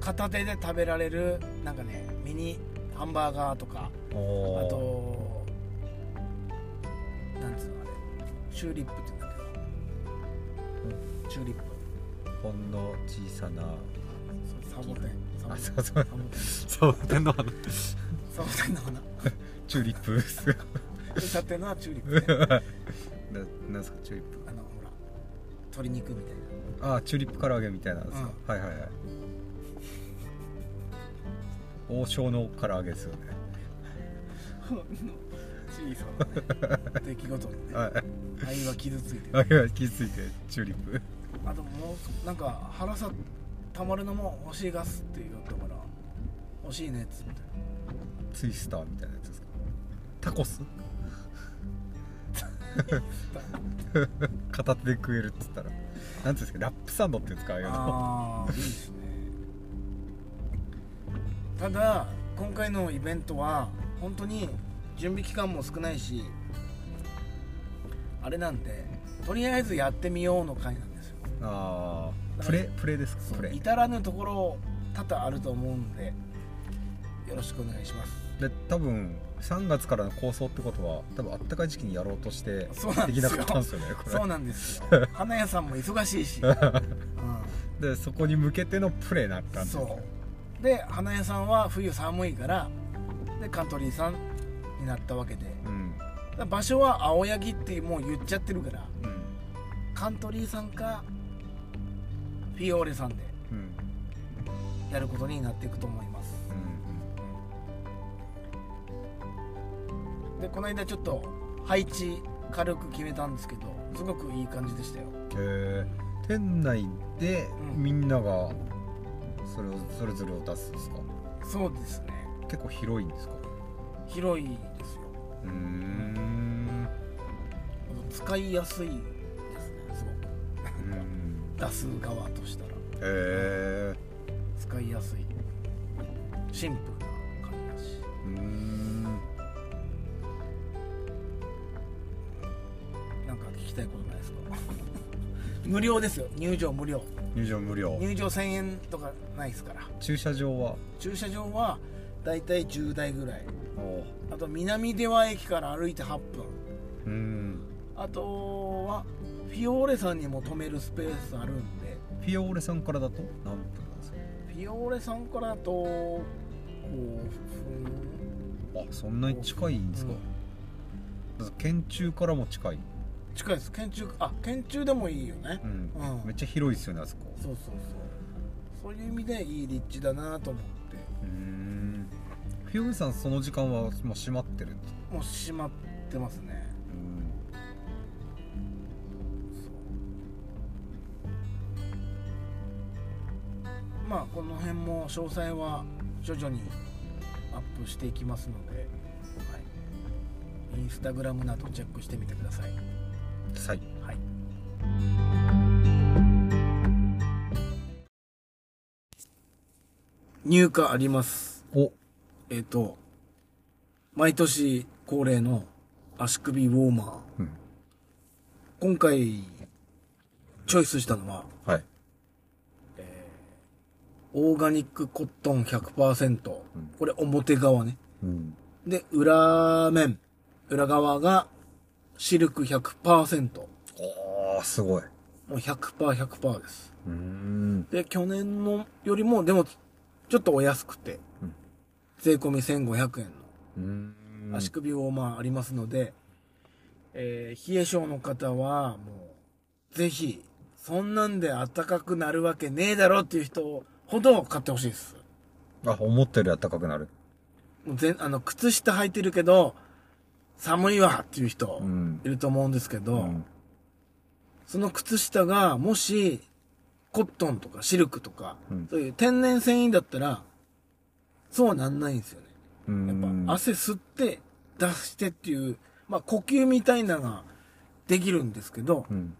S2: 片手で食べられるなんかねミニハンバーガーとか
S3: あ
S2: あ
S3: ー
S2: となんつうのあれチューリップって言うんだけどチューリップ
S3: ほんの小さな
S2: サボテンサボ
S3: あ
S2: テン
S3: そ
S2: サ
S3: うそう
S2: ボテン
S3: そう天の花
S2: サボテンの花
S3: チューリップ
S2: 歌ってるのはチューリップね
S3: ななんですかチューリップ
S2: あのほら鶏肉みたいな
S3: あーチューリップ唐揚げみたいなのですか、
S2: う
S3: はいはいはい王将の唐揚げですよね
S2: ほんの小さな、ね、出来事にね
S3: はい
S2: 愛は傷ついてる
S3: あれは気づいてチューリップ
S2: あともうなんか腹さたまるのも欲しいガスって言ったから欲しいねっつって
S3: ツイスターみたいなやつですかタコス 片手で食えるっつったらなんていうんですかラップサンドっていうんですかああいうの
S2: ああいいですねただ今回のイベントは本当に準備期間も少ないしあれなんでとりあえずやってみようの回なんですよ
S3: ああプレプレですかプレ
S2: 至らぬところ多々あると思うんでよろしくお願いします
S3: で多分3月からの構想ってことは多分あったかい時期にやろうとして
S2: そうなん
S3: で
S2: です
S3: き
S2: よ
S3: なかったんですよねこれ
S2: そうなん ですよ花屋さんも忙しいし、う
S3: でそこに向けてのプレな感
S2: ん、
S3: じですね
S2: そうで花屋さんは冬寒いからでカントリーさんになったわけで
S3: うん
S2: だ場所は青柳ってもう言っちゃってるから
S3: うん
S2: カントリーさんかフィオーレさんで
S3: うん
S2: やることになっていくと思います
S3: うん
S2: でこの間ちょっと配置軽く決めたんですけどすごくいい感じでしたよ
S3: へえ店内で
S2: うん
S3: みんながそれをそれぞれを出すんですか
S2: そうですね
S3: 結構広いんですか
S2: 広いですよ
S3: うーん
S2: 使いやすいですねすごく
S3: うん
S2: 出す側としたら
S3: え
S2: 使いやすいシンプルな感じだし
S3: うーん
S2: なんか聞きたいことないですか 無料ですよ入場無料
S3: 入場無料
S2: 入場1000円とかないですから
S3: 駐車場は
S2: 駐車場はだいたい10台ぐらい
S3: おう
S2: あと南出羽駅から歩いて8分
S3: うーん
S2: あとはフィオーレさんにも止めるスペースあるんで
S3: フィオーレさんからだと何分なんですか
S2: フィオーレさんからだとこ
S3: あそんなに近いんですか、県中からも近い、
S2: う近いです県中あ県中でもいいよね
S3: うん
S2: うん
S3: めっちゃ広いですよねあそこ
S2: そうそうそうそういう意味でいい立地だなと思って
S3: うーんフィオレさんその時間はもう閉まってるんですか
S2: もう閉まってますねそうまあこの辺も詳細は徐々にアップしていきますので、はい、インスタグラムなどチェックしてみてください
S3: はい
S2: はい入荷あります
S3: お
S2: えっ、と毎年恒例の足首ウォーマー、
S3: うん
S2: 今回チョイスしたのは
S3: はい
S2: オーガニックコットン100%、
S3: ん
S2: これ表側ね
S3: うん
S2: で裏面裏側がシルク100%も
S3: おーすごいう
S2: 100%100% 100%です
S3: ーん
S2: で、去年のよりも、でも、ちょっとお安くて、
S3: うん
S2: 税込み1500円
S3: うーん
S2: の足首をまあありますので、えー冷え性の方は、もう、ぜひ、そんなんで暖かくなるわけねえだろっていう人ほど買ってほしいです。
S3: あ思ったより暖かくなる
S2: もう全、あの、靴下履いてるけど、寒いわっていう人
S3: う、ん
S2: いると思うんですけど、
S3: うん
S2: その靴下が、もし、コットンとかシルクとか、
S3: うん
S2: そういう天然繊維だったら、そうはなんないんですよね。
S3: うー
S2: やっ
S3: ん
S2: ぱ、汗吸って、出してっていう、まあ、呼吸みたいなのができるんですけど、
S3: うん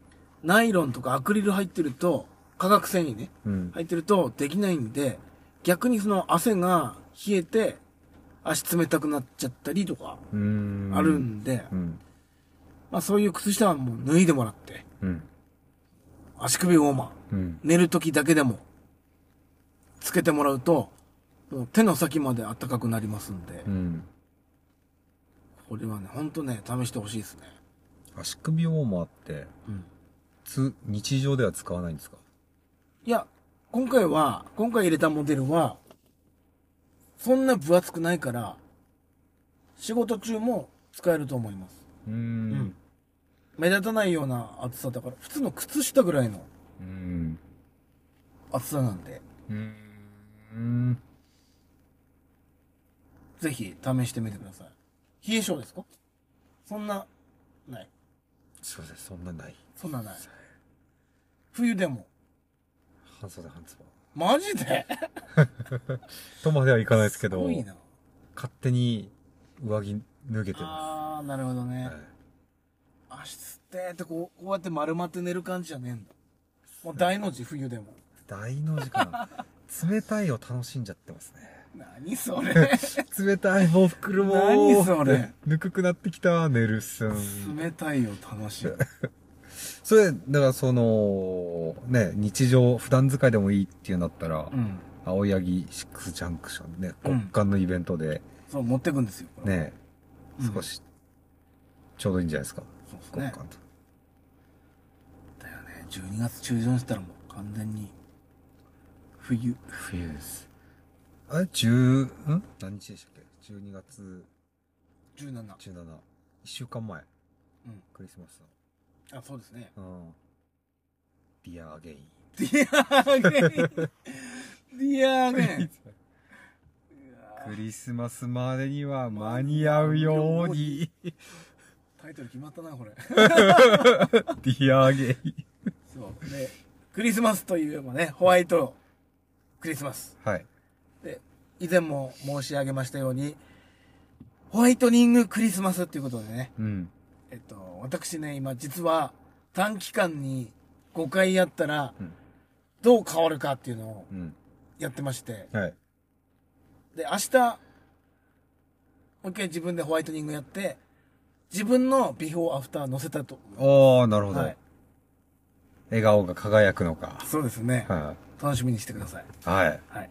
S2: ナイロンとかアクリル入ってると、化学繊維ね、
S3: うん
S2: 入ってるとできないんで、逆にその汗が冷えて、足冷たくなっちゃったりとか、
S3: うーん
S2: あるんで、
S3: うん
S2: まあ、そういう靴下はもう脱いでもらって、
S3: うん
S2: 足首ウォーマー。
S3: うん
S2: 寝る時だけでも、つけてもらうと、もう手の先まで暖かくなりますんで
S3: う、ん
S2: これはね、ほんとね、試してほしいですね。
S3: 足首ウォーマーって
S2: うん。
S3: つ日常では使わないんですか
S2: いや、今回は、今回入れたモデルは、そんな分厚くないから、仕事中も使えると思います。
S3: うーん
S2: 目立たないような厚さだから、普通の靴下ぐらいの
S3: うん
S2: 厚さなんで、
S3: うーん
S2: ぜひ試してみてください。冷え性ですかそんな、ない。
S3: すいませんそんなない
S2: そんなない。冬でも。
S3: 半袖半ズボン
S2: マジで
S3: とまではいかないですけ
S2: す
S3: ど
S2: ごいな。
S3: 勝手に上着脱げてま
S2: あー、なるほど
S3: す、
S2: ね
S3: は。い
S2: 足つってーってこう、こうやって丸まって寝る感じじゃねえんだ。もう大の字、冬でも。
S3: 大の字かな冷たいを楽しんじゃってますね
S2: 何そ れ
S3: 冷たいもう袋も
S2: 何それ
S3: ぬくくなってきた寝るっすん
S2: 冷たいよ、楽しい。
S3: それだからそのね日常普段使いでもいいっていうんだったら、
S2: うん。
S3: 青柳シックスジャンクションね
S2: うん
S3: 極寒のイベントで
S2: そう、持ってくんですよ。これ
S3: ね、
S2: うん
S3: 少しちょうどいいんじゃないですか
S2: そうです
S3: 極
S2: ね。
S3: 寒と、
S2: だよね。12月中旬したらもう完全に、冬。
S3: 冬ですあれ十ん何日でしたっけ12月
S2: 17。
S3: 17一週間前、
S2: うん
S3: クリスマス
S2: あ、そうです ね。
S3: のうんディアアゲイン
S2: ディアーゲン。ディアーゲン。
S3: クリスマスまでには間に合うように
S2: タイトル決まったな、これ。
S3: ディアアゲイン
S2: そう。で、クリスマスといえばね、ホワイトクリスマス。
S3: はい
S2: で、以前も申し上げましたように、ホワイトニングクリスマスっていうことでね、
S3: うん
S2: えっと、私ね、今実は短期間に5回やったら
S7: うん、
S2: どう変わるかっていうのを
S7: うん。
S2: やってまして。
S7: はい。
S2: で、明日、もう一回自分でホワイトニングやって、自分のビフォーアフター載せたと。
S7: ああ、なるほど、
S2: はい。
S7: 笑顔が輝くのか。
S2: そうですね。
S7: は
S2: 楽しみにしてください。
S7: い。はい。
S2: はい。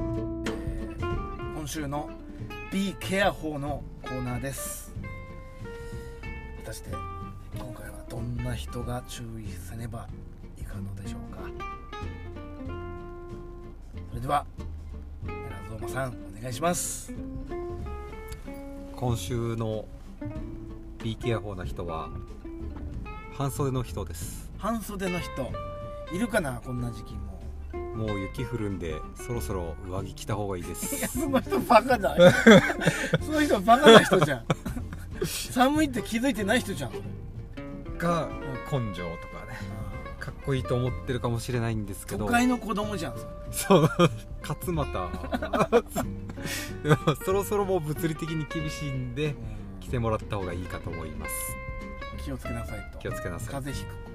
S2: えー今週の B ケア法のコーナーです。果たして今回はどんな人が注意せねばいかんのでしょうか。それでは、寺ゾ馬さんお願いします。
S3: 今週の B ケア法な人は半袖の人です
S2: 半袖の人いるかなこんな時期も。
S3: もう雪降るんでそろそろ上着着た方がいいで
S2: いや、
S3: す
S2: その人バカ だ。その人バカな人じゃん。 寒いって気づいてない人じゃん。
S7: が、根性とかね。
S3: かっこいいと思ってるかもしれないんですけ
S2: 都
S3: ど
S2: 会の子供じゃん。それ
S3: そう勝俣 でもそろそろもう物理的に厳しいんで着てもらった方がいいかと思います
S2: 気をつけなさいと。
S3: 気をつけなさい
S2: 風邪ひく